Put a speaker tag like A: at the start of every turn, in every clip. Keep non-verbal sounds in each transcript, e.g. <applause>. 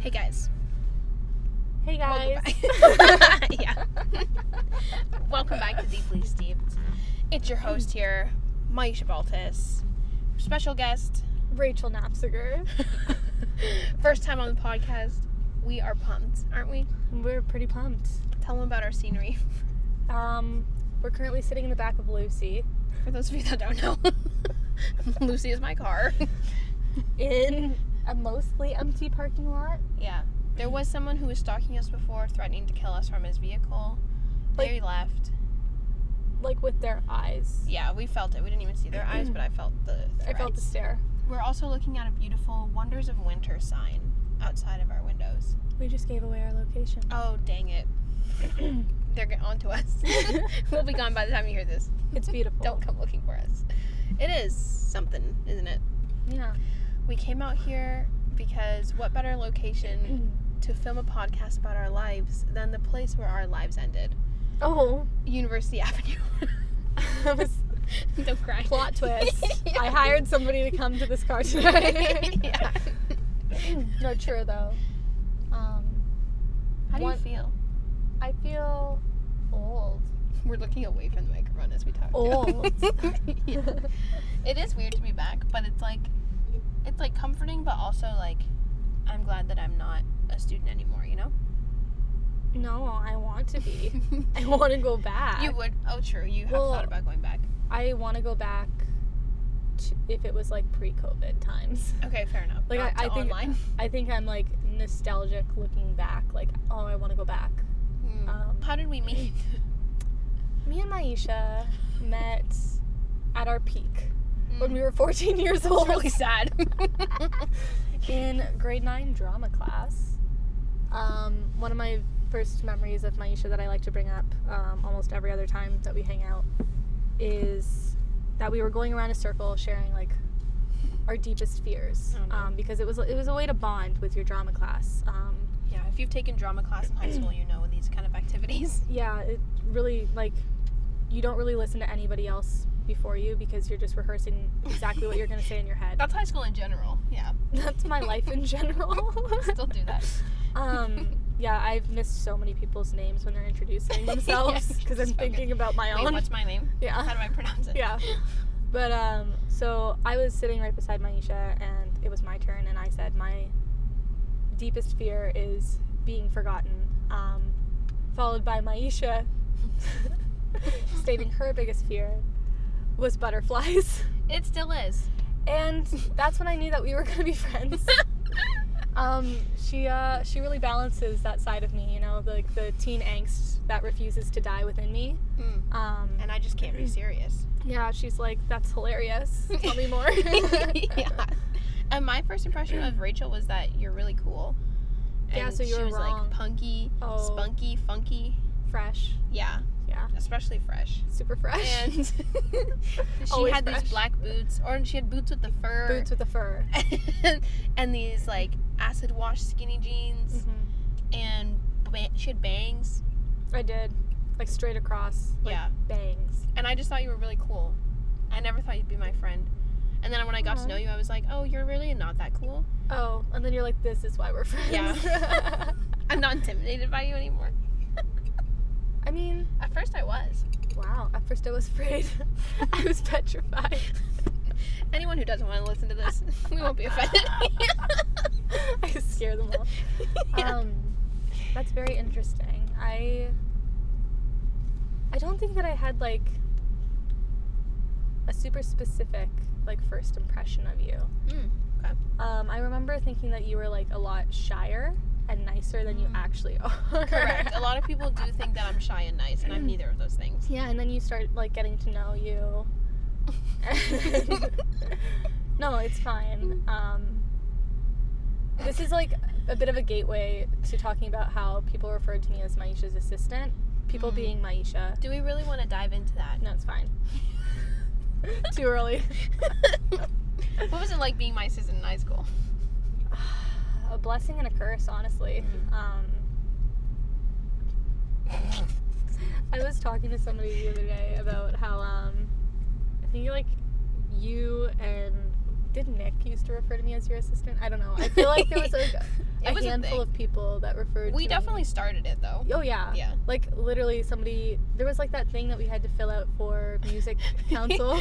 A: Hey
B: <laughs>
A: guys.
B: Hey guys.
A: <laughs>
B: <laughs>
A: yeah. Welcome back to Deeply Steeped. It's your host here, Maisha Baltis. Special
B: <laughs>
A: guest,
B: Rachel Knapsager.
A: first time on the podcast. We are pumped, aren't we?
B: We're pretty pumped.
A: Tell them about our scenery
B: Um, we're currently sitting in the back of Lucy
A: for those of you that don't know. <laughs> Lucy is my
B: <laughs>
A: car.
B: in a mostly empty parking lot.
A: Yeah. There was someone who was stalking us before, threatening to kill us from his vehicle. They left.
B: Like with their eyes.
A: Yeah, we felt it. We didn't even see their
B: <clears throat>
A: eyes, but I felt the.
B: I felt the
A: threats.
B: stare.
A: We're also looking at a beautiful Wonders of Winter sign outside of our windows.
B: We just gave away our location.
A: Oh, dang it. <clears throat> They're get- onto us. <laughs> we'll be gone by the time you hear this.
B: It's beautiful.
A: Don't come looking for us. It is something, isn't it?
B: Yeah.
A: We came out here because what better location to film a podcast about our lives than the place where our lives ended? <laughs>
B: Oh. <laughs>
A: University Avenue. <laughs>
B: That was
A: Don't cry. <laughs>
B: plot twist.
A: Yeah.
B: I hired somebody to come to
A: <laughs>
B: this car today.
A: yeah.
B: no, true though. Um,
A: How do you
B: One-
A: feel?
B: I feel old.
A: We're looking away from the microphone as we talk.
B: <laughs> Old.
A: <laughs> Yeah.
B: <laughs>
A: It is weird to be back, but it's like it's like comforting but also like I'm glad that I'm not a student anymore, you <laughs> know?
B: no, I want to be. <laughs> I want to go back.
A: you would oh true, you have
B: Well-
A: thought about going back.
B: I want to go back to, if it was like pre-COVID times.
A: Okay, fair enough.
B: Like,
A: Not
B: I-
A: to
B: I think- um,
A: online.
B: I think I'm like nostalgic looking back. Like, oh, I want to go back.
A: Hmm.
B: Um,
A: How did we meet?
B: me and Maisha met at our peak <laughs> when
A: Mm.
B: we were 14 <laughs> years
A: It's
B: old
A: really sad.
B: <laughs> in grade nine drama class. Um, one of my first memories of Maisha that I like to bring up um, almost every other time that we hang out is that we were going around a circle sharing like our deepest fears
A: Oh, no.
B: um, because it was it was a way to bond with your drama class. Um,
A: yeah, if you've taken drama class in high school, you know these kind of
B: <laughs>
A: activities.
B: yeah, it really like you don't really listen to anybody else before you because you're just rehearsing exactly what you're going to say in your
A: <laughs>
B: head.
A: That's high school in general.
B: <laughs>
A: Yeah.
B: That's my life in general.
A: <laughs> Still do that.
B: Um,
A: <laughs>
B: yeah, I've missed so many people's names when they're introducing themselves
A: Yeah,
B: because I'm
A: so good.
B: thinking about my
A: Wait,
B: own.
A: what's my name? How
B: yeah,
A: do I pronounce it?
B: yeah. But um, so I was sitting right beside Maisha, and it was my turn, and I said my deepest fear is being forgotten. Um, followed by Maisha <laughs> stating her biggest fear was butterflies, <laughs>
A: It still is.
B: and that's when I knew that we were gonna be friends. Um, she uh, she really balances that side of me, you know, the, like the teen angst that refuses to die within me.
A: <laughs> Mm.
B: Um,
A: and I just can't be <laughs> serious.
B: yeah, she's like, that's hilarious. Tell me more.
A: <laughs> yeah. And my first impression <clears throat> of Rachel was that you're really cool.
B: Yeah,
A: And
B: so you
A: she
B: were
A: was
B: wrong.
A: like punky,
B: Oh.
A: spunky, funky.
B: <laughs> Fresh.
A: Yeah,
B: Yeah,
A: especially fresh.
B: super fresh.
A: And
B: <laughs>
A: she
B: Always
A: had
B: fresh.
A: these black boots, or she had boots with the fur,
B: Boots with a fur.
A: <laughs> and, these like acid wash skinny jeans, and ba- she had bangs.
B: I did, like straight across. Like,
A: yeah,
B: Bangs.
A: and I just thought you were really cool. I never thought you'd be my friend. And then when I got
B: Aw.
A: to know you, I was like, oh, you're really not that cool.
B: Oh, and then you're like, this is why we're friends.
A: Yeah. I'm not intimidated by you anymore.
B: <laughs> I mean,
A: At first, I was.
B: wow. At first, I was afraid. <laughs> I was petrified.
A: Anyone who doesn't want to listen to
B: <laughs>
A: this, <laughs> we won't be offended.
B: I scare them all.
A: <laughs> Yeah.
B: Um, that's very interesting. I I don't think that I had like a super specific like first impression of you.
A: Mm, okay.
B: Um, I remember thinking that you were like a lot shyer and nicer than you
A: Mm.
B: actually <laughs> are.
A: Correct.
B: <laughs>
A: A lot of people do think that I'm shy and nice, and I'm neither of those things.
B: Yeah, and then you start like getting to know you. no, it's fine. Um, this is like a bit of a gateway to talking about how people referred to me as Maisha's assistant. People
A: Mm.
B: being Maisha.
A: do we really want to dive into that?
B: No, it's fine. <laughs> Too early.
A: <laughs> what was it like being my assistant in high school?
B: <sighs> a blessing and a curse, honestly.
A: Mhm.
B: Um, I was talking to somebody the other day about how um, I think like you and did Nick used to refer to me as your assistant? I don't know. I feel like there was like a,
A: <laughs> It was a
B: handful
A: thing.
B: of people that referred.
A: We
B: to me-
A: definitely started it though.
B: Oh yeah.
A: Yeah.
B: Like literally, somebody there was like that thing that we had to fill out for
A: <laughs>
B: music council,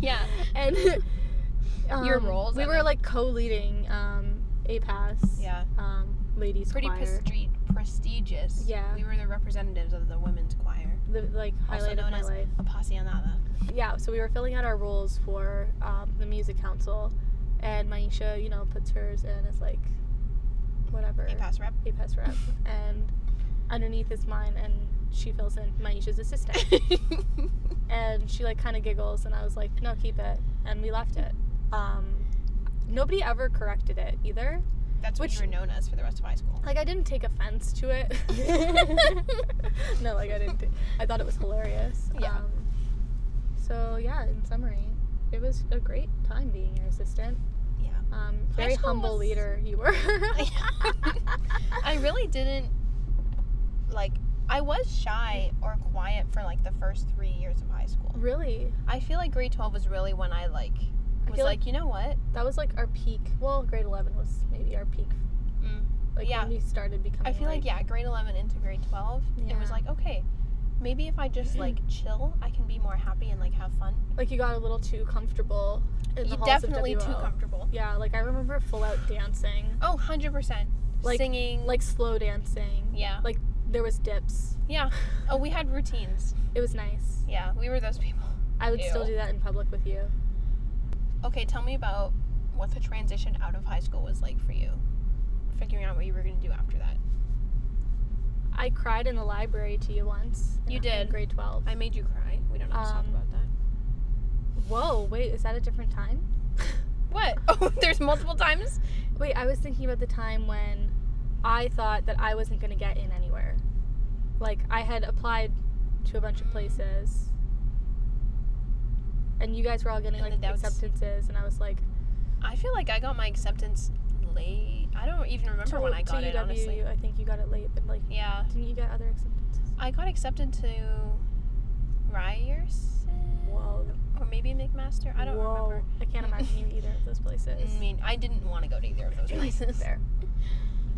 A: yeah.
B: <laughs> and
A: <laughs> Your
B: um,
A: roles
B: We
A: and
B: were
A: then-
B: like co-leading um, a pass.
A: Yeah.
B: Um, ladies
A: Pretty
B: choir.
A: prestre- prestigious.
B: Yeah.
A: We were the representatives of the women's choir.
B: the like
A: Also
B: highlight of
A: known
B: my
A: as-
B: life.
A: A passionata.
B: yeah, so we were filling out our roles for um, the music council, and Maisha, you know, puts hers in as like whatever
A: A pass
B: <laughs>
A: rep.
B: APES rep, and underneath is mine, and she fills in Maisha's assistant, and she like kind of giggles, and I was like, no, keep it, and we left it. Um, nobody ever corrected it either.
A: That's what
B: Which-
A: you were known as for the rest of high school.
B: Like I didn't take offense to it.
A: <laughs>
B: no, like I didn't. I thought it was hilarious.
A: Yeah.
B: Um, so yeah, in summary, it was a great time being your assistant.
A: Yeah.
B: Um,
A: High
B: very
A: school
B: humble
A: was-
B: leader you were.
A: <laughs>
B: <laughs>
A: I really didn't like I was shy or quiet for like the first 3 years of high school.
B: really.
A: I feel like grade 12 was really when I like
B: I
A: was
B: feel
A: like, you know what?
B: That was like our peak. Well, grade eleven was maybe our peak.
A: Mm.
B: Like
A: Yeah.
B: when we started becoming.
A: I feel like yeah, grade 11 into grade 12, it was
B: Yeah.
A: like, okay, maybe if I just like
B: <clears throat>
A: chill, I can be more happy and like have fun.
B: Like you got a little too comfortable. In the
A: You
B: halls of
A: definitely too
B: WO.
A: comfortable.
B: Yeah, like I remember full out dancing,
A: Oh, 100%.
B: Like-
A: Singing.
B: like slow dancing.
A: yeah.
B: There was dips.
A: Yeah. Oh, we had routines.
B: It was nice.
A: Yeah, we were those people.
B: I would still
A: Ew.
B: do that in public with you.
A: Okay, tell me about what the transition out of high school was like for you. Figuring out what you were going to do after that.
B: I cried in the library to you once. in-
A: You
B: In
A: did.
B: grade 12.
A: I made you cry. We don't have to talk
B: Um,
A: about that.
B: Whoa, wait, is that a
A: <laughs>
B: different time?
A: What? <laughs> Oh, there's multiple times?
B: Wait, I was thinking about the time when I thought that I wasn't going to get in anywhere. Like, I had applied to a bunch of places. And you guys were all getting
A: And
B: like
A: then that was-
B: acceptances, and I was like,
A: I feel like I got my acceptance late. I don't even remember
B: to,
A: when I
B: to
A: got it,
B: UW,
A: honestly.
B: E I think you got it late, but like,
A: Yeah.
B: didn't you get other acceptances?
A: I got accepted to Ryerson.
B: Whoa.
A: Or maybe McMaster. I don't
B: Whoa.
A: remember.
B: I can't imagine you either of those
A: <laughs>
B: places.
A: I mean, I didn't want to go to either
B: <laughs>
A: of those places.
B: Fair.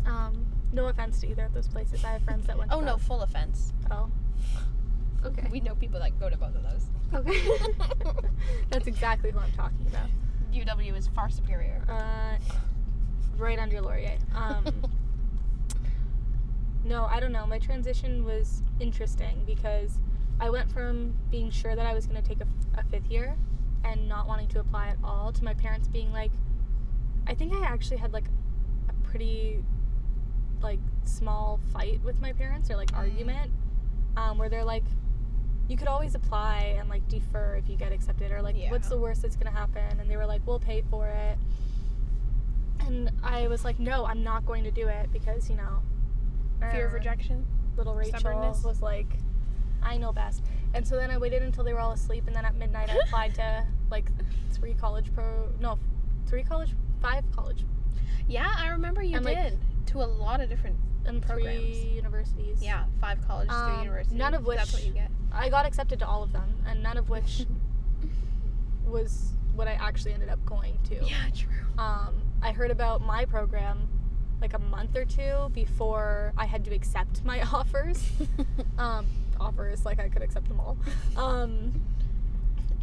B: Um, no offense to either of those places. I have friends that went.
A: Oh
B: to
A: no,
B: both.
A: full offense.
B: Oh. Okay.
A: We know people that go to both of those.
B: Okay. <laughs> That's exactly who I'm talking about.
A: UW is far <laughs> superior.
B: Uh, right under Laurier. Um, no, I don't know. My transition was interesting because I went from being sure that I was going to take a, a fifth year and not wanting to apply at all to my parents being like, I think I actually had like a pretty like small fight with my parents or like
A: Mm-hmm.
B: argument um, where they're like, you could always apply and like defer if you get accepted or like
A: Yeah.
B: what's the worst that's gonna happen and they were like we'll pay for it and i was like no i'm not going to do it because you know
A: Fear of
B: uh,
A: rejection.
B: little rachel
A: stubbornness.
B: was like i know best and so then i waited until they were all asleep and then at midnight i applied to
A: <laughs>
B: like three college pro no three college five college
A: Yeah, I remember you
B: And, like,
A: did to a lot of different.
B: and
A: Programs.
B: three universities
A: Yeah, five colleges,
B: Um,
A: three universities.
B: none of which-
A: That's what you
B: <laughs>
A: get. <laughs>
B: I got accepted to all of them, and none of which was what I actually ended up going to.
A: Yeah, true.
B: Um, I heard about my program like a month or two before I had to accept my <laughs> offers. Um, <laughs> offers, like I could accept them all. Um,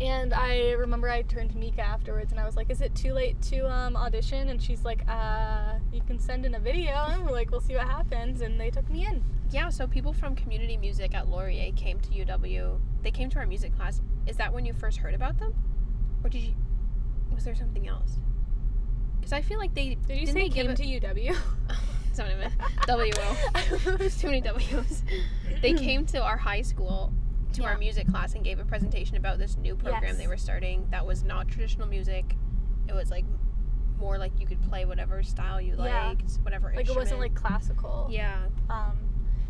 B: and I remember I turned to Mika afterwards and I was like, Is it too late to um, audition? And she's like, uh, You can send in a video. And we're like, We'll see what happens. And they took me in.
A: Yeah, so people from community music at Laurier came to UW. They came to our music class. Is that when you first heard about them? Or did you was there something else? Cuz I feel like they
B: Did
A: Didn't
B: you say
A: they give
B: came
A: it-
B: to
A: <laughs>
B: UW?
A: so many WO.
B: <laughs>
A: There's <laughs> too many W's. They
B: <clears throat>
A: came to our high school to
B: Yeah.
A: our music class and gave a presentation about this new program
B: Yes.
A: they were starting that was not traditional music. It was like more like you could play whatever style you
B: Yeah.
A: liked, whatever
B: like it wasn't
A: instrument.
B: like classical <laughs>
A: yeah,
B: um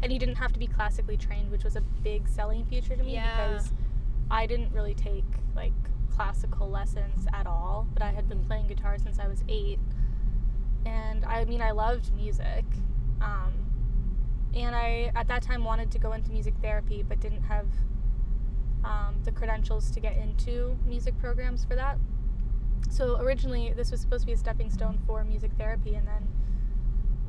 B: and you didn't have to be classically trained which was a big selling feature to me
A: Yeah.
B: because i didn't really take like classical lessons at all but i had been playing guitar since i was eight and i mean i loved music um and i at that time wanted to go into music therapy but didn't have um, the credentials to get into music programs for that So originally, this was supposed to be a stepping stone for music therapy, and then,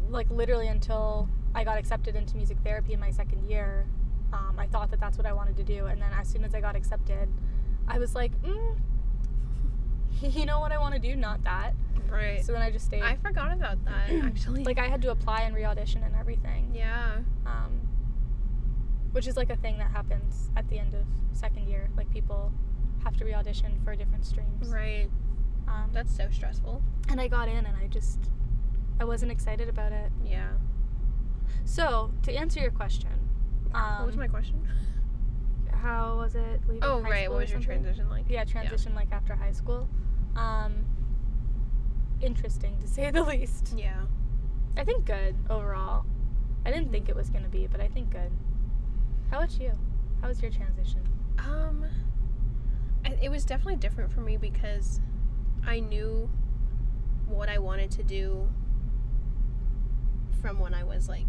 B: like literally until I got accepted into music therapy in my second year, um, I thought that that's what I wanted to do. And then as soon as I got accepted, I was like, mm, <laughs> you know what I want to do? Not that.
A: Right.
B: So then I just stayed.
A: I forgot about that
B: <clears throat>
A: actually.
B: like I had to apply and re-audition and everything.
A: yeah.
B: um, which is like a thing that happens at the end of second year. Like people have to re-audition for different streams.
A: Right.
B: Um,
A: That's so stressful.
B: and I got in, and I just I wasn't excited about it.
A: Yeah.
B: So to answer your question, um,
A: what was my question?
B: how was it? Leaving
A: Oh
B: high
A: right.
B: school
A: What
B: or
A: was your
B: something?
A: transition like?
B: Yeah, transition like after high school. Um, interesting to say the <laughs> least.
A: Yeah.
B: I think good overall. I didn't think it was gonna be, but I think good. How about you? How was your transition?
A: Um, I, it was definitely different for me because I knew what I wanted to do from when I was like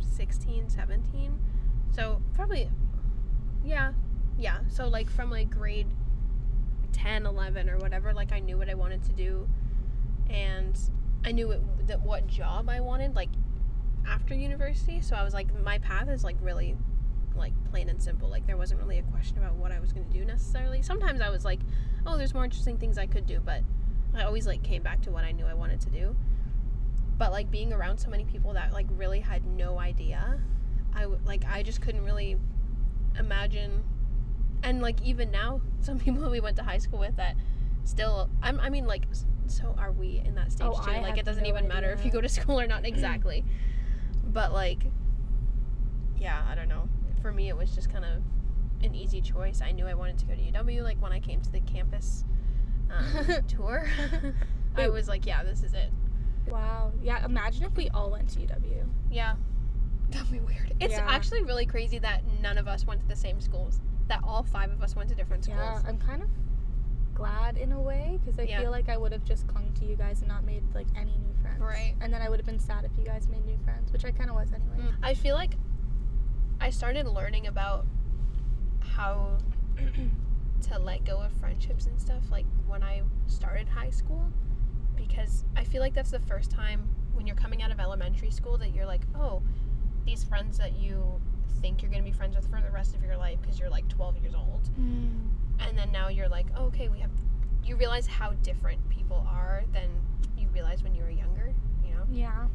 A: 16, 17. So probably, yeah, yeah. So like from like grade 10, 11 or whatever, like I knew what I wanted to do and I knew it, that what job I wanted like after university. So I was like, my path is like really like plain and simple. Like there wasn't really a question about what I was going to do necessarily. Sometimes I was like, oh, there's more interesting things I could do, but I always like came back to what I knew I wanted to do. But like being around so many people that like really had no idea, I w- like I just couldn't really imagine. And like even now, <laughs> some people we went to high school with that still I'm, I mean like s- so are we in that stage
B: Oh,
A: too.
B: I
A: like it
B: have
A: doesn't
B: no
A: even matter if
B: idea.
A: you go to <laughs> school or not exactly. but like yeah, I don't know. For me, it was just kind of an easy choice. I knew I wanted to go to UW. Like when I came to the campus <laughs> um, tour, I
B: Wait.
A: was like, yeah, this is it.
B: Wow. Yeah. Imagine if we all went to UW.
A: Yeah, that'd be weird. It's
B: Yeah.
A: actually really crazy that none of us went to the same schools. That all five of us went to different schools.
B: Yeah. I'm kind of glad in a way because I
A: Yeah.
B: feel like I would have just clung to you guys and not made like any new friends.
A: Right.
B: And then I would have been sad if you guys made new friends, which I kind of was anyway.
A: Mm. I feel like I started learning about how <clears throat> to let go of friendships and stuff like when I started high school because I feel like that's the first time when you're coming out of elementary school that you're like, oh, these friends that you think you're going to be friends with for the rest of your life because you're like 12 years old
B: Mm.
A: and then now you're like oh, okay we have you realize how different people are than you realized when you were younger you know
B: Yeah.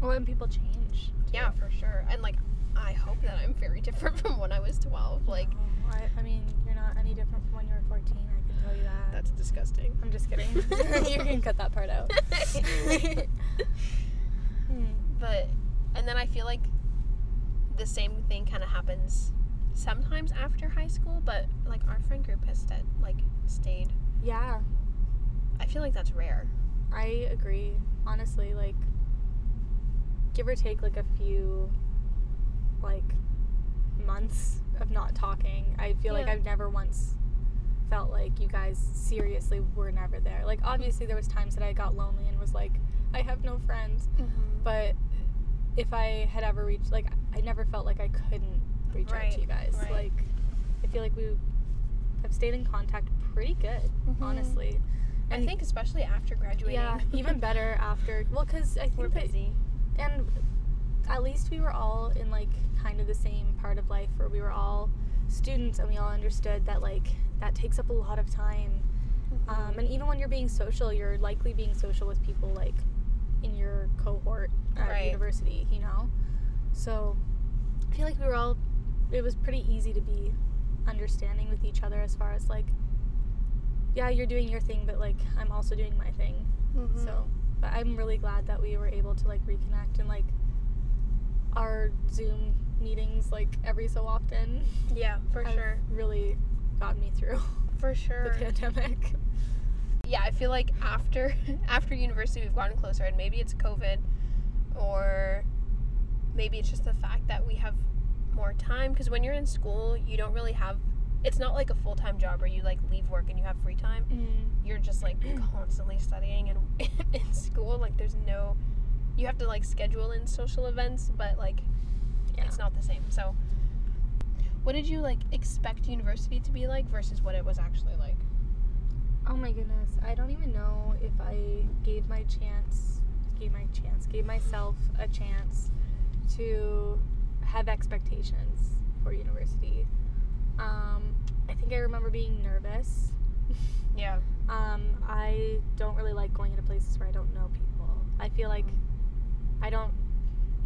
B: Well, and people change. too.
A: yeah for sure and like i hope that i'm very <laughs> different from when i was 12 like
B: No, Oh, I, I mean, you're not any different from when you were 14. I can tell you that.
A: that's disgusting
B: I'm just
A: <laughs>
B: kidding. <laughs> you can cut that part out. Hmm.
A: but and then i feel like the same thing kind of happens sometimes after high school but like our friend group has sta like stayed
B: Yeah.
A: i feel like that's rare
B: I agree. Honestly, like give or take like a few like months of not talking. I feel like
A: Yeah.
B: I've never once felt like you guys seriously were never there. Like obviously there was times that I got lonely and was like I have no friends, but if I had ever reached like I never felt like I couldn't reach out
A: Right,
B: to you guys.
A: right.
B: Like I feel like we have stayed in contact pretty good,
A: Mhm.
B: honestly.
A: i think especially after graduating
B: Yeah,
A: <laughs>
B: even better after. Well, because I
A: we're
B: think that,
A: busy
B: and at least we were all in like kind of the same part of life where we were all students and we all understood that like that takes up a lot of time. Um, and even when you're being social, you're likely being social with people like in your cohort at
A: Right.
B: university, you know? So I feel like we were all, it was pretty easy to be understanding with each other as far as like, yeah, you're doing your thing, but like I'm also doing my thing.
A: Mm-hmm.
B: So, but I'm really glad that we were able to like reconnect and like our Zoom meetings like every so often.
A: yeah for
B: have
A: sure
B: Really got me through <laughs>
A: for
B: the
A: sure
B: pandemic.
A: yeah i feel like after <laughs> after university we've gotten closer and maybe it's covid or maybe it's just the fact that we have more time because when you're in school you don't really have it's not like a full-time job where you like leave work and you have free time you're just
B: <clears throat>
A: like constantly studying and <laughs> in school like there's no you have to like schedule in social events but like
B: Yeah.
A: it's not the same so what did you like expect university to be like versus what it was actually like
B: Oh my goodness. I don't even know if I gave my chance, gave my chance, gave myself a chance to have expectations for university. Um, I think I remember being nervous. <laughs>
A: Yeah.
B: Um, I don't really like going into places where I don't know people. I feel like I don't.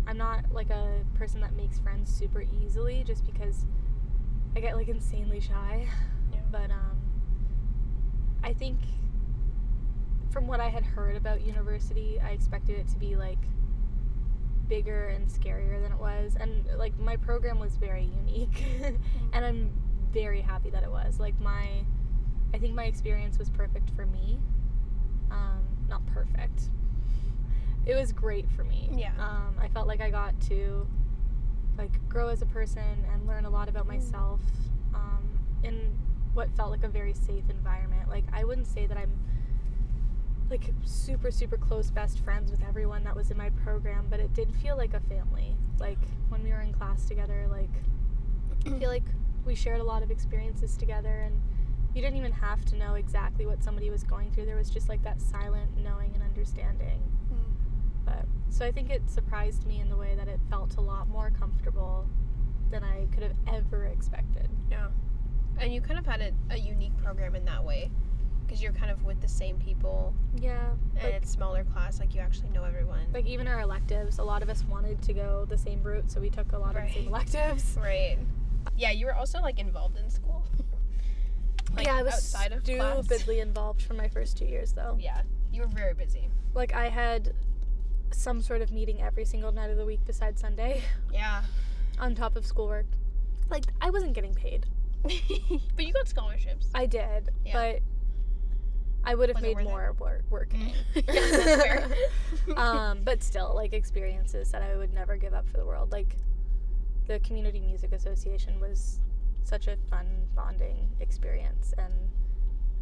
B: I'm not like a person that makes friends super easily, just because I get like insanely shy. <laughs>
A: Yeah.
B: But um, I think from what I had heard about university, I expected it to be like bigger and scarier than it was, and like my program was very unique, <laughs> and I'm very happy that it was. Like my, I think my experience was perfect for me. Um, not perfect. It was great for me.
A: Yeah.
B: Um, I felt like I got to like grow as a person and learn a lot about
A: Mm.
B: myself um, in what felt like a very safe environment. Like I wouldn't say that I'm like super super close best friends with everyone that was in my program, but it did feel like a family. Like when we were in class together, like
A: <clears throat>
B: I feel like we shared a lot of experiences together and you didn't even have to know exactly what somebody was going through. There was just like that silent knowing and understanding. But so I think it surprised me in the way that it felt a lot more comfortable than I could have ever expected.
A: And you kind of had a, a unique program in that way because you're kind of with the same people
B: Yeah.
A: and it's smaller class. Like you actually know everyone.
B: Like even our electives, a lot of us wanted to go the same route, so we took a lot of the same
A: Right. <laughs>
B: electives.
A: Right. Yeah, you were also like involved in school. <laughs>
B: yeah, I was
A: outside of class.
B: stupidly involved for my first two years though.
A: Yeah, you were very busy.
B: Like I had some sort of meeting every single night of the week besides Sunday <laughs>
A: Yeah.
B: on top of schoolwork. Like I wasn't getting paid.
A: <laughs> but you got scholarships.
B: I did,
A: Yeah.
B: but I would have
A: Was it
B: made
A: worth it? Mm.
B: more work working.
A: <laughs> yeah, that's fair.
B: <laughs>
A: <laughs>
B: um, but still, like experiences that I would never give up for the world. Like the community music association was such a fun bonding experience, and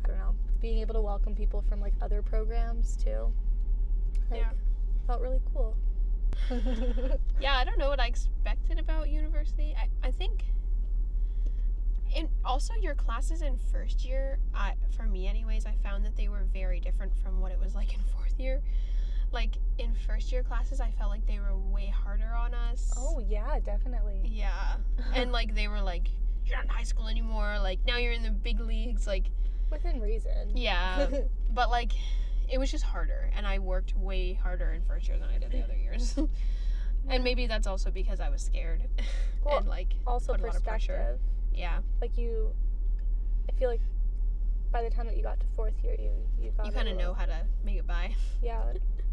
B: I don't know, being able to welcome people from like other programs too. Like,
A: Yeah.
B: felt really
A: <laughs>
B: cool.
A: yeah, I don't know what I expected about university. I, I think. And also, your classes in first year, I, for me, anyways, I found that they were very different from what it was like in <laughs> fourth year. Like, in first year classes, I felt like they were way harder on us.
B: oh yeah, definitely.
A: Yeah. and, like, they were like, you're not in high school anymore. Like, now you're in the big leagues. Like,
B: <laughs> within reason.
A: yeah. but like it was just harder and i worked way harder in first year than i did the other years <laughs> and maybe that's also because i was scared
B: <laughs>
A: <laughs>
B: Well,
A: and like
B: also
A: Put a lot of pressure.
B: perspective.
A: yeah
B: like you I feel like by the time that you got to fourth year you you got
A: you
B: a
A: kind of
B: little-
A: know how to make it by
B: yeah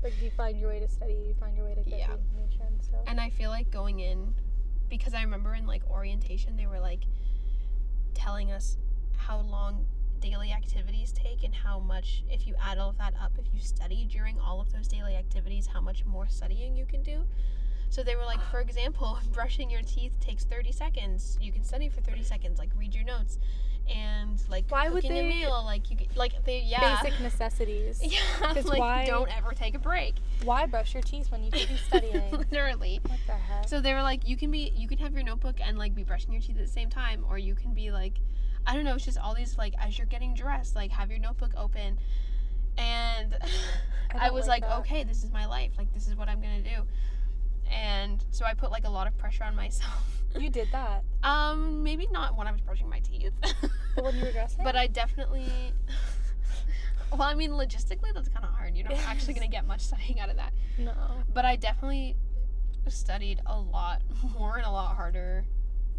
B: like you find your way to study you find your way to get
A: Yeah.
B: the information so
A: and i feel like going in because i remember in like orientation they were like telling us how long daily activities take and how much if you add all of that up if you study during all of those daily activities how much more studying you can do so they were like for example <laughs> brushing your teeth takes 30 seconds you can study for 30 seconds like read your notes and like
B: Why would
A: cooking a
B: they-
A: meal like you could- like they yeah
B: basic <laughs> necessities
A: <laughs> yeah
B: <laughs> 'Cause
A: like
B: why-
A: don't ever take a break
B: why brush your teeth when you
A: <laughs>
B: could be studying
A: literally
B: what the heck
A: so they were like, you can be, you can have your notebook and like be brushing your teeth at the same time, or you can be like, I don't know, it's just all these like as you're getting dressed, like have your notebook open. And <laughs> I,
B: don't
A: was
B: like
A: like,
B: that.
A: okay, this is my life, like this is what I'm gonna do. And so I put like a lot of pressure on myself.
B: you did that
A: <laughs> um, maybe not when I was brushing my teeth, <laughs>
B: but when you were dressing
A: but I definitely. <laughs> Well, I mean, logistically, that's kind of hard. You're not actually going to get much <laughs> studying out of that
B: no
A: but I definitely studied a lot <laughs> more and a lot harder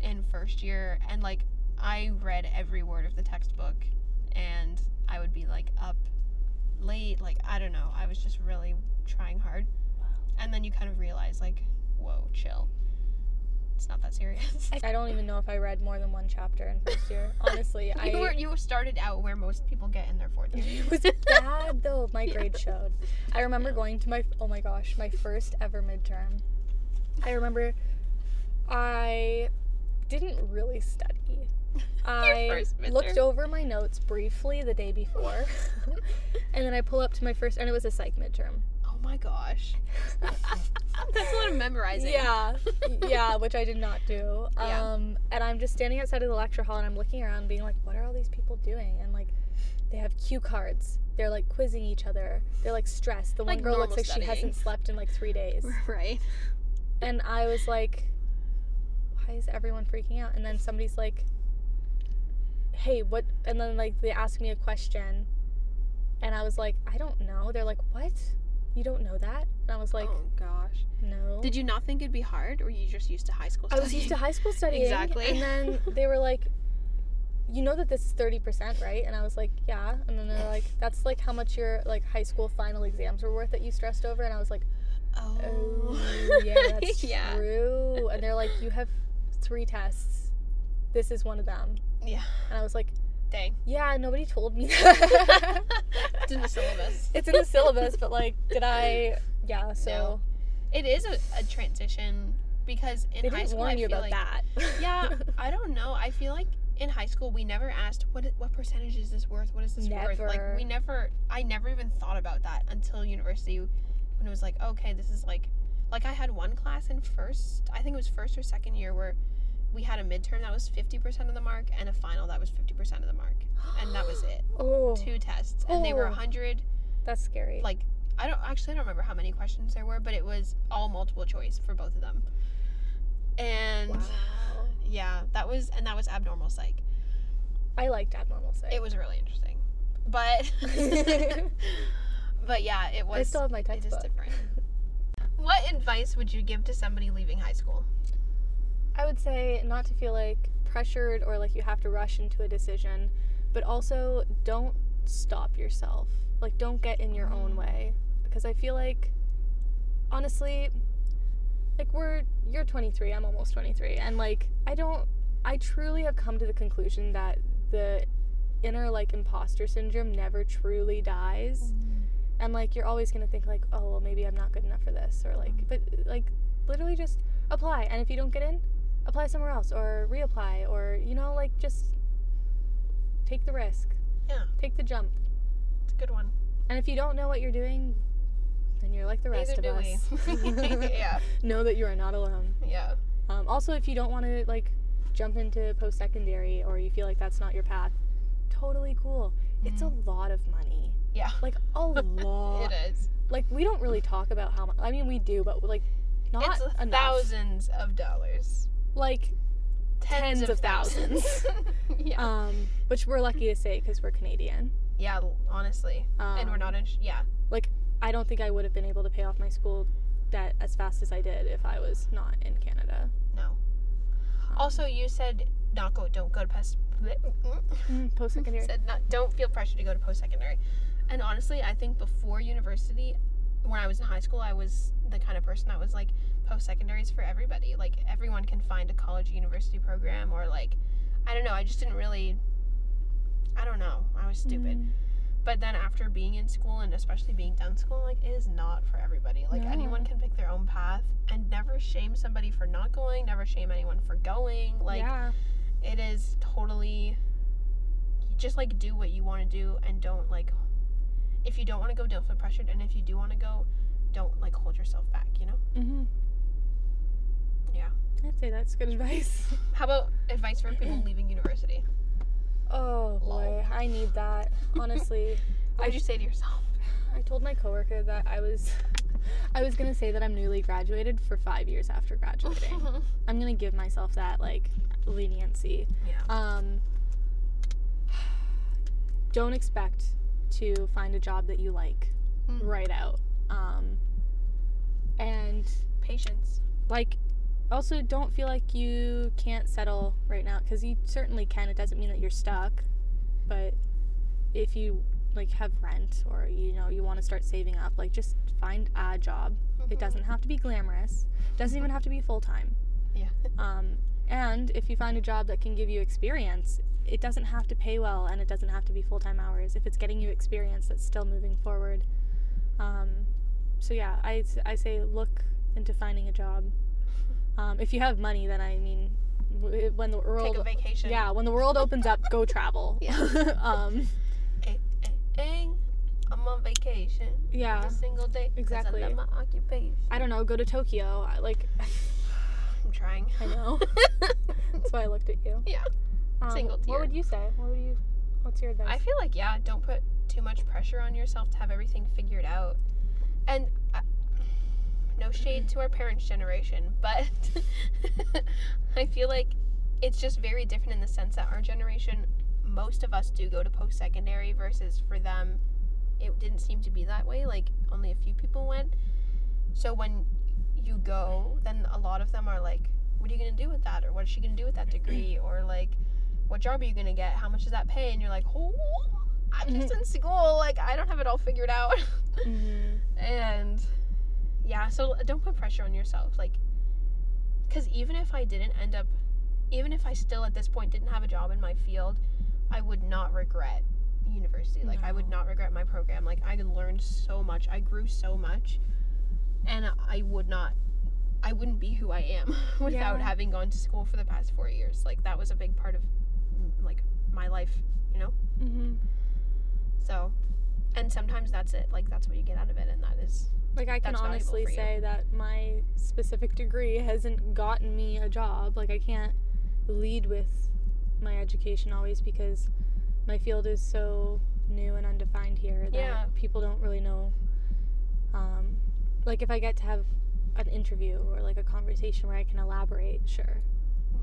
A: in first year and like I read every word of the textbook and I would be like up late like I don't know I was just really trying hard and then you kind of realize like whoa chill it's not that serious
B: I don't even know if I read more than one chapter in first year honestly I
A: <laughs> you were you started out where most people get in their <laughs> fourth year
B: It was bad though. My grade showed. I remember going to my oh my gosh, my first ever midterm. I remember I didn't really
A: <laughs>
B: study. I
A: first midterm.
B: looked over my notes briefly the
A: <laughs>
B: day before, and then I pull up to my first, and it was a psych midterm.
A: <laughs> oh my gosh <laughs> that's a lot of memorizing
B: Yeah, yeah, which I did not do.
A: Yeah.
B: Um, and I'm just standing outside of the lecture hall, and I'm looking around, being like, "What are all these people doing?" And like, They have cue cards. They're like quizzing each other. They're like stressed. The one
A: Like
B: girl looks
A: normal
B: like she
A: studying.
B: hasn't slept in like three days.
A: <laughs> Right.
B: And I was like, why is everyone freaking out? And then somebody's like, hey, what? And then like they asked me a question. And I was like, I don't know. They're like, what? You don't know that? And I was like,
A: oh gosh.
B: no.
A: Did you not think it'd be hard, or you just used to high school?
B: I was used to high school studying.
A: Exactly.
B: And then they were like, you know that this is 30%, right? And I was like, yeah. And then they're like, that's like how much your like high school final exams were worth that you stressed over. And I was like,
A: Oh.
B: oh,
A: <laughs>
B: yeah, that's
A: yeah.
B: true. And they're like, you have three tests. This is one of them.
A: Yeah.
B: And I was like,
A: Dang.
B: yeah, nobody told me that.
A: It's in the syllabus.
B: It's in the syllabus, but like, did I? Yeah, so
A: No. <laughs> It is a, a transition because in
B: they
A: high
B: didn't
A: school I
B: warn you
A: feel
B: about
A: like
B: that. <laughs>
A: yeah, I don't know. I feel like in high school we never asked what i- what percentage is this worth? What is this worth?
B: Never.
A: Like we never I never even thought about that until university when it was like, okay, this is like like I had one class in first, I think it was first or second year where we had a midterm that was 50% of the mark and a final that was 50% of the mark. And that was it.
B: Oh,
A: Two tests and they were
B: Oh.
A: 100
B: that's scary.
A: like I don't actually I don't remember how many questions there were, but it was all multiple choice for both of them. And yeah, that was and that was abnormal psych.
B: I liked abnormal sex.
A: It was really interesting,
B: <laughs>
A: but <laughs> but yeah, it was.
B: I still have my
A: it is
B: textbook.
A: different. What advice would you give to somebody leaving high school?
B: <laughs> I would say not to feel like pressured or like you have to rush into a decision, but also don't stop yourself. Like don't get in your
A: Mm.
B: own way because I feel like honestly like we're you're 23, I'm almost 23 and like I don't I truly have come to the conclusion that the inner like imposter syndrome never truly dies. and like you're always gonna think like oh well maybe i'm not good enough for this or
A: Mm-hmm.
B: like but like literally just apply and if you don't get in apply somewhere else or reapply or you know like just take the risk
A: Yeah.
B: take the jump
A: It's a good one.
B: and if you don't know what you're doing then you're like the rest
A: Neither
B: of
A: do
B: us <laughs>
A: we. <laughs> yeah,
B: know that you are not alone
A: yeah,
B: um, also if you don't want to like jump into post-secondary or you feel like that's not your path totally cool it's a lot of money
A: Mm-hmm. <laughs> yeah.
B: like a lot
A: It is.
B: like we don't really talk about how much i mean we do but like not
A: it's
B: enough
A: thousands of dollars.
B: like
A: Tens,
B: Tens
A: of,
B: of
A: thousands. <laughs> yeah.
B: um which we're lucky to say because we're canadian
A: yeah. Honestly,
B: um,
A: and we're not in. Yeah.
B: i don't think i would have been able to pay off my school debt as fast as i did if i was not in canada
A: No.
B: Um,
A: Also, you said not go, don't go to post.
B: mm, <laughs> post-secondary
A: Said not, don't feel pressure to go to post secondary. And honestly, I think before university, when I was in high school, I was the kind of person that was like post secondary is for everybody. Like everyone can find a college university program or like, I don't know. I just didn't really. I don't know. I was stupid.
B: Mm.
A: But then after being in school and especially being done school, I'm like it is not for everybody. Like
B: No.
A: anyone can pick their own path and never shame somebody for not going, never shame anyone for going. Like
B: yeah
A: it is totally just like do what you want to do and don't like if you don't want to go, don't feel pressured and if you do want to go, don't like hold yourself back, you know?
B: mm-hmm.
A: Yeah.
B: i'd say that's good <laughs> advice
A: How about advice for people leaving university?
B: oh boy
A: Lol.
B: i need <laughs> that honestly
A: What would you say to yourself? <laughs>
B: I told my coworker that I was <laughs> I was gonna say that I'm newly graduated for five years after <laughs> graduating. I'm gonna give myself that like leniency.
A: Yeah.
B: Um don't expect to find a job that you like
A: Mm.
B: right out. Um and
A: Patience.
B: like also don't feel like you can't settle right now because you certainly can it doesn't mean that you're stuck but if you like have rent or you know you want to start saving up like just find a job it doesn't have to be glamorous doesn't even have to be full-time
A: Yeah. <laughs>
B: um, and if you find a job that can give you experience it doesn't have to pay well and it doesn't have to be full-time hours if it's getting you experience that's still moving forward um, so yeah I, I say look into finding a job um, if you have money then i mean w- when the
A: Take
B: world
A: a vacation.
B: yeah when the world opens up go travel
A: <laughs> Yeah.
B: <laughs> um,
A: Hey, hey, hey, I'm on vacation.
B: yeah
A: every single day. 'cause
B: exactly.
A: I love my occupation.
B: i don't know go to tokyo I, like <laughs>
A: I'm trying.
B: i know that's why i looked at you
A: yeah.
B: Um,
A: Single
B: What
A: tear.
B: would you say? What would you? What's your advice?
A: <laughs> I feel like yeah, don't put too much pressure on yourself to have everything figured out. And uh, no shade to our parents' generation, but <laughs> I feel like it's just very different in the sense that our generation, most of us do go to post secondary versus for them, it didn't seem to be that way. Like only a few people went. So when you go, then a lot of them are like, "What are you gonna do with that?" or "What is she gonna do with that degree?" or like what job are you gonna get? How much does that pay? And you're like, oh, I'm just in school. Like I don't have it all figured out.
B: Mhm.
A: and yeah, so don't put pressure on yourself. Like, because even if I didn't end up, even if I still at this point didn't have a job in my field, I would not regret university. Like I would
B: No.
A: not regret my program. Like I learned so much. I grew so much, and I would not. I wouldn't be who I am <laughs> without
B: Yeah.
A: having gone to school for the past four years. Like that was a big part of mm, like my life, you know. Mm-hmm.
B: Mhm.
A: So, and sometimes that's it. Like that's what you get out of it, and that is
B: Like I can
A: That's valuable
B: honestly
A: for you.
B: say that my specific degree hasn't gotten me a job. Like I can't lead with my education always because my field is so new and undefined here that
A: Yeah.
B: people don't really know. Um, like if I get to have an interview or like a conversation where I can elaborate, sure.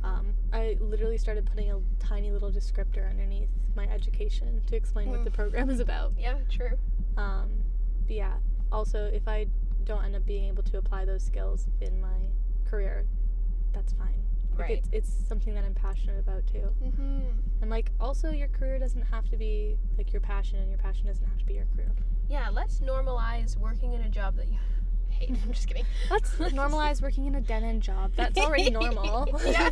B: Um, I literally started putting a tiny little descriptor underneath my education to explain what the
A: Mm.
B: program is about.
A: yeah, true.
B: Um, but yeah, also if I don't end up being able to apply those skills in my career, that's fine. Like
A: Right.
B: it's, it's something that I'm passionate about too.
A: Mm-hmm.
B: And like also your career doesn't have to be like your passion and your passion doesn't have to be your career.
A: Yeah, let's normalize working in a job that you <laughs> hate. I'm just kidding.
B: Let's <laughs> normalize working in a dead end <laughs> job. That's already <laughs> normal.
A: <laughs> yeah,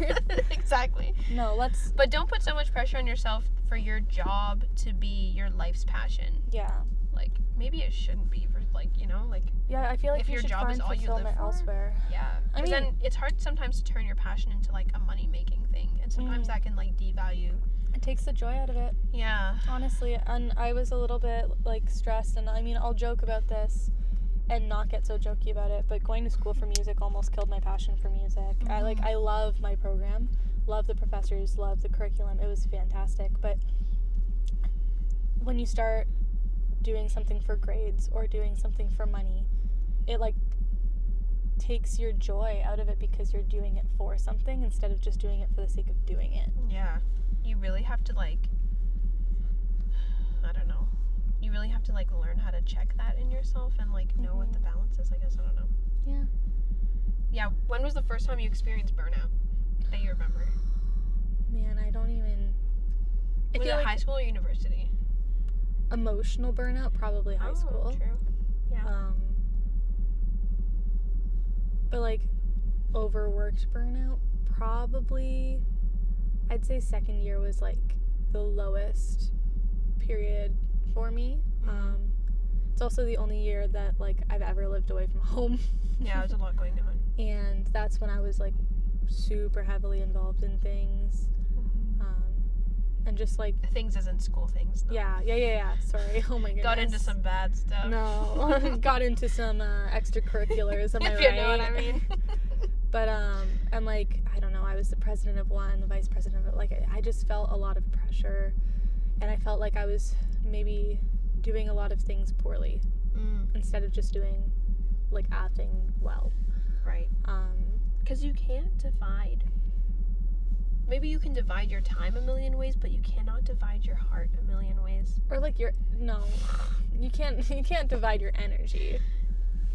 A: exactly.
B: no, let's
A: But don't put so much pressure on yourself for your job to be your life's passion.
B: yeah.
A: Like maybe it shouldn't be for like you know like
B: Yeah, I feel like
A: If
B: you
A: your
B: should
A: job
B: find
A: is all you live
B: fulfillment
A: for?
B: elsewhere.
A: yeah.
B: I
A: 'Cause then it's hard sometimes to turn your passion into like a money making thing, and sometimes
B: Mm.
A: that can like devalue.
B: It takes the joy out of it.
A: Yeah.
B: Honestly, and I was a little bit like stressed, and I mean, I'll joke about this and not get so jokey about it, but going to school for music almost killed my passion for music. I like,
A: Mhm.
B: I love my program, love the professors, love the curriculum. It was fantastic, but when you start doing something for grades or doing something for money, it like takes your joy out of it because you're doing it for something instead of just doing it for the sake of doing it.
A: Yeah. You really have to like I don't know. You really have to like learn how to check that in yourself and like know what the
B: Mhm.
A: balance is, I guess. I don't know.
B: Yeah.
A: Yeah, when was the first time you experienced burnout that you remember?
B: Man, I don't even. I
A: was it
B: feel like
A: high school or university?
B: emotional burnout probably high
A: oh,
B: school.
A: True. Yeah.
B: Um, but like overworked burnout probably. I'd say second year was like the lowest period for me.
A: Mhm.
B: Um, it's also the only year that like I've ever lived away from <laughs> home,
A: yeah, there's a lot going on.
B: <laughs> and that's when I was like super heavily involved in things um, and just like
A: Things as in school things. not-
B: Yeah, yeah, yeah, yeah. Sorry. <laughs> Oh my goodness.
A: Got into some bad stuff.
B: No, <laughs> got into some uh, extracurriculars. Am I
A: <laughs> if
B: right?
A: you know what I
B: <laughs>
A: mean. <laughs>
B: But um, and like I don't know, I was the president of one, the vice president of like I just felt a lot of pressure, and I felt like I was maybe doing a lot of things poorly
A: mm,
B: instead of just doing like a thing well.
A: right.
B: Um,
A: Because you can't divide. Maybe you can divide your time a million ways, but you cannot divide your heart a million ways.
B: or like your no, you can't <laughs> you can't divide your energy.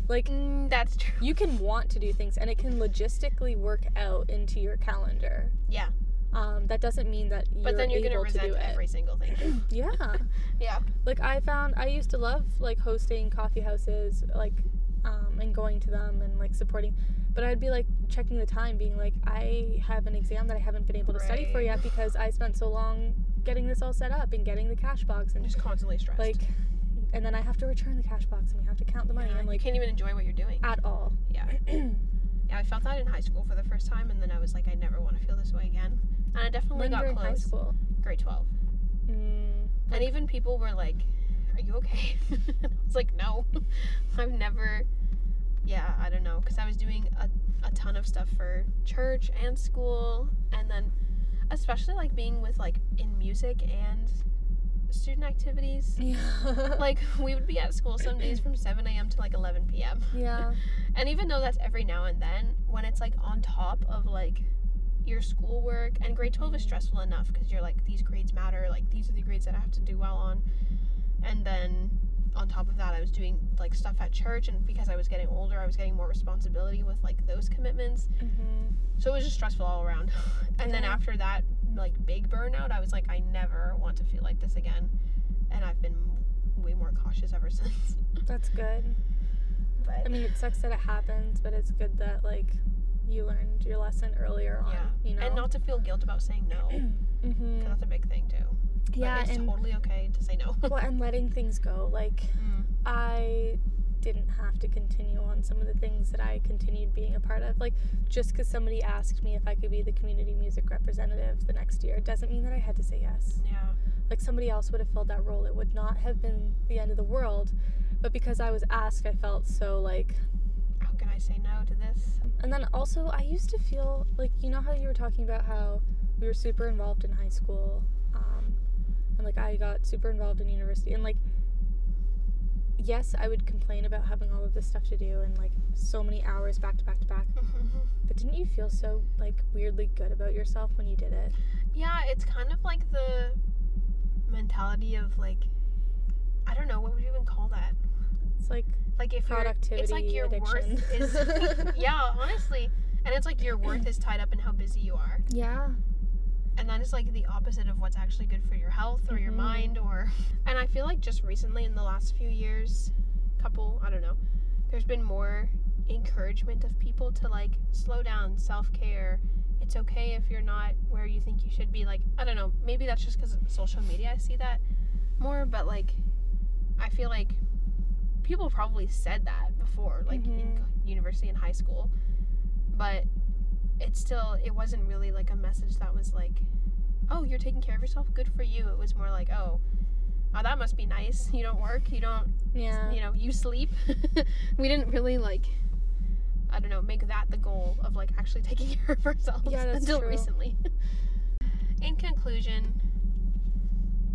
B: Like
A: Mm, that's true.
B: you can want to do things and it can logistically work out into your calendar.
A: Yeah.
B: Um, that doesn't mean that you're,
A: But then you're gonna
B: able to
A: resent
B: do it.
A: every single thing.
B: yeah.
A: <laughs> yeah.
B: Like I found I used to love like hosting coffee houses like um, and going to them and like supporting but I'd be like checking the time being like I have an exam that I haven't been able to study for
A: Right.
B: yet because I spent so long getting this all set up and getting the cash box
A: I'm
B: and
A: just constantly stressed.
B: like and then I have to return the cash box and we have to count the money
A: Yeah,
B: and
A: you
B: like uh,
A: can't even enjoy what you're doing.
B: at all. <clears throat>
A: Yeah. Yeah, I felt that in high school for the first time, and then I was like, I never want to feel this way again. And I definitely
B: when
A: got
B: during
A: close.
B: high school.
A: Grade 12.
B: Mm,
A: And even people were like, Are you okay? <laughs> I was like, No, <laughs> I've never. Yeah, I don't know. Because I was doing a, a ton of stuff for church and school. And then, especially like being with like in music and student activities.
B: Yeah.
A: <laughs> Like we would be at school some days from 7 a.m. to like 11 p.m.
B: <laughs> Yeah.
A: And even though that's every now and then, when it's like on top of like your schoolwork, and grade 12 is stressful enough because you're like, these grades matter, like these are the grades that I have to do well on. And then on top of that, I was doing like stuff at church, and because I was getting older, I was getting more responsibility with like those commitments.
B: Mm-hmm.
A: So it was just stressful all around. <laughs> and then
B: Yeah.
A: after that, like big burnout, I was like, I never want to feel like this again. And I've been way more cautious ever <laughs> since.
B: That's good.
A: But
B: I mean, it sucks that it happens, but it's good that like you learned your lesson earlier on.
A: Yeah.
B: You know.
A: and not to feel guilt about saying no. 'cause
B: hmm
A: that's a big thing too. But
B: Yeah,
A: it's
B: and
A: totally okay to say
B: <laughs>
A: no.
B: well, and letting things go. Like I didn't have to continue on some of the things that I continued being a part of. Like just because somebody asked me if I could be the community music representative the next year doesn't mean that I had to say yes.
A: Yeah.
B: like somebody else would have filled that role it would not have been the end of the world but because i was asked i felt so like
A: How can I say no to
B: <laughs>
A: this?
B: and then also i used to feel like you know how you were talking about how we were super involved in high school um, and like i got super involved in university and like yes i would complain about having all of this stuff to do and like so many hours back to back to back but didn't you feel so like weirdly good about yourself when you did it
A: yeah, it's kind of like the mentality of like, I don't know, what would you even call that?
B: it's like
A: Like if you're, it's like
B: Productivity
A: your worth
B: addiction. <laughs>
A: is <laughs> yeah, honestly, and it's like your worth is tied up in how busy you are,
B: yeah
A: and that is like the opposite of what's actually good for your health or your
B: Mhm.
A: mind or. <laughs> And I feel like just recently in the last few years, couple I don't know, there's been more encouragement of people to like slow down, self care. It's okay if you're not where you think you should be. Like I don't know, maybe that's just because of social media. I see that more, but like I feel like people probably said that before, like in
B: Mhm.
A: co- university and high school, but it still it wasn't really like a message that was like, oh, you're taking care of yourself, good for you. It was more like, oh. Oh, that must be nice. You don't work. You don't
B: yeah
A: you know, you sleep. <laughs> we didn't really like, I don't know, make that the goal of like actually taking <laughs> care of ourselves
B: Yeah, that's
A: until
B: true.
A: recently. <laughs> In conclusion,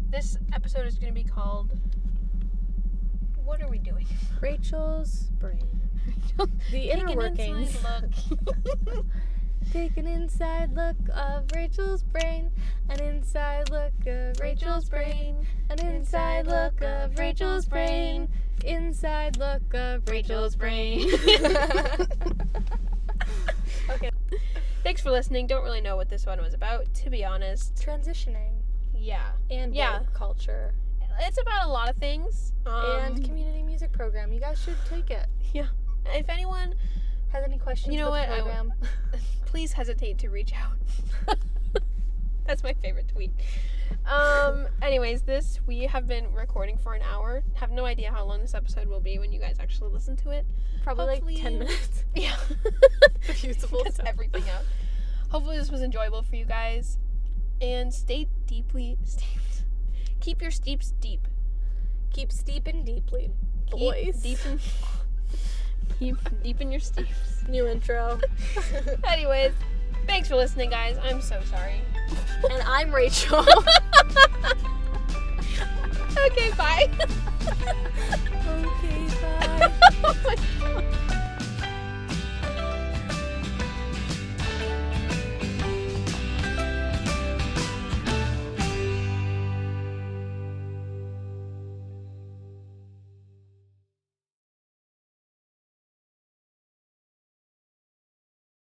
A: this episode is going to be called "What Are We Doing?" <laughs>
B: Rachel's brain. <laughs> The inner
A: Take an inside
B: workings. <laughs>
A: look.
B: Take an inside look of Rachel's brain. An inside look of Rachel's brain. An inside look of Rachel's brain. Inside look of Rachel's
A: <laughs>
B: brain. <laughs>
A: okay. Thanks for listening. Don't really know what this one was about, to be honest.
B: Transitioning
A: Yeah.
B: and
A: Yeah.
B: woke culture
A: It's about a lot of things. Um,
B: and community music program. You guys should take it.
A: if anyone
B: Has any questions?
A: You know what?
B: about
A: I
B: The
A: w- <laughs>
B: program?
A: please hesitate to reach <laughs> out. That's my favorite tweet. <laughs> Um, anyways, this we have been recording for an hour. Have no idea how long this episode will be when you guys actually listen to it.
B: Probably like
A: Hopefully-
B: ten minutes.
A: Yeah.
B: <laughs> Usable
A: Cuts
B: stuff.
A: everything out. Hopefully this was enjoyable for you guys. And stay deeply steeped. Keep your steeps deep.
B: Keep steep and deeply.
A: Keep
B: Boys.
A: Deep
B: <laughs>
A: in, keep deep in your steeps.
B: New
A: <laughs>
B: intro.
A: Anyways, thanks for listening guys. I'm so
B: <laughs>
A: sorry.
B: <laughs>
A: <laughs>
B: and I'm Rachel.
A: okay, bye. <laughs>
B: okay,
A: oh my God.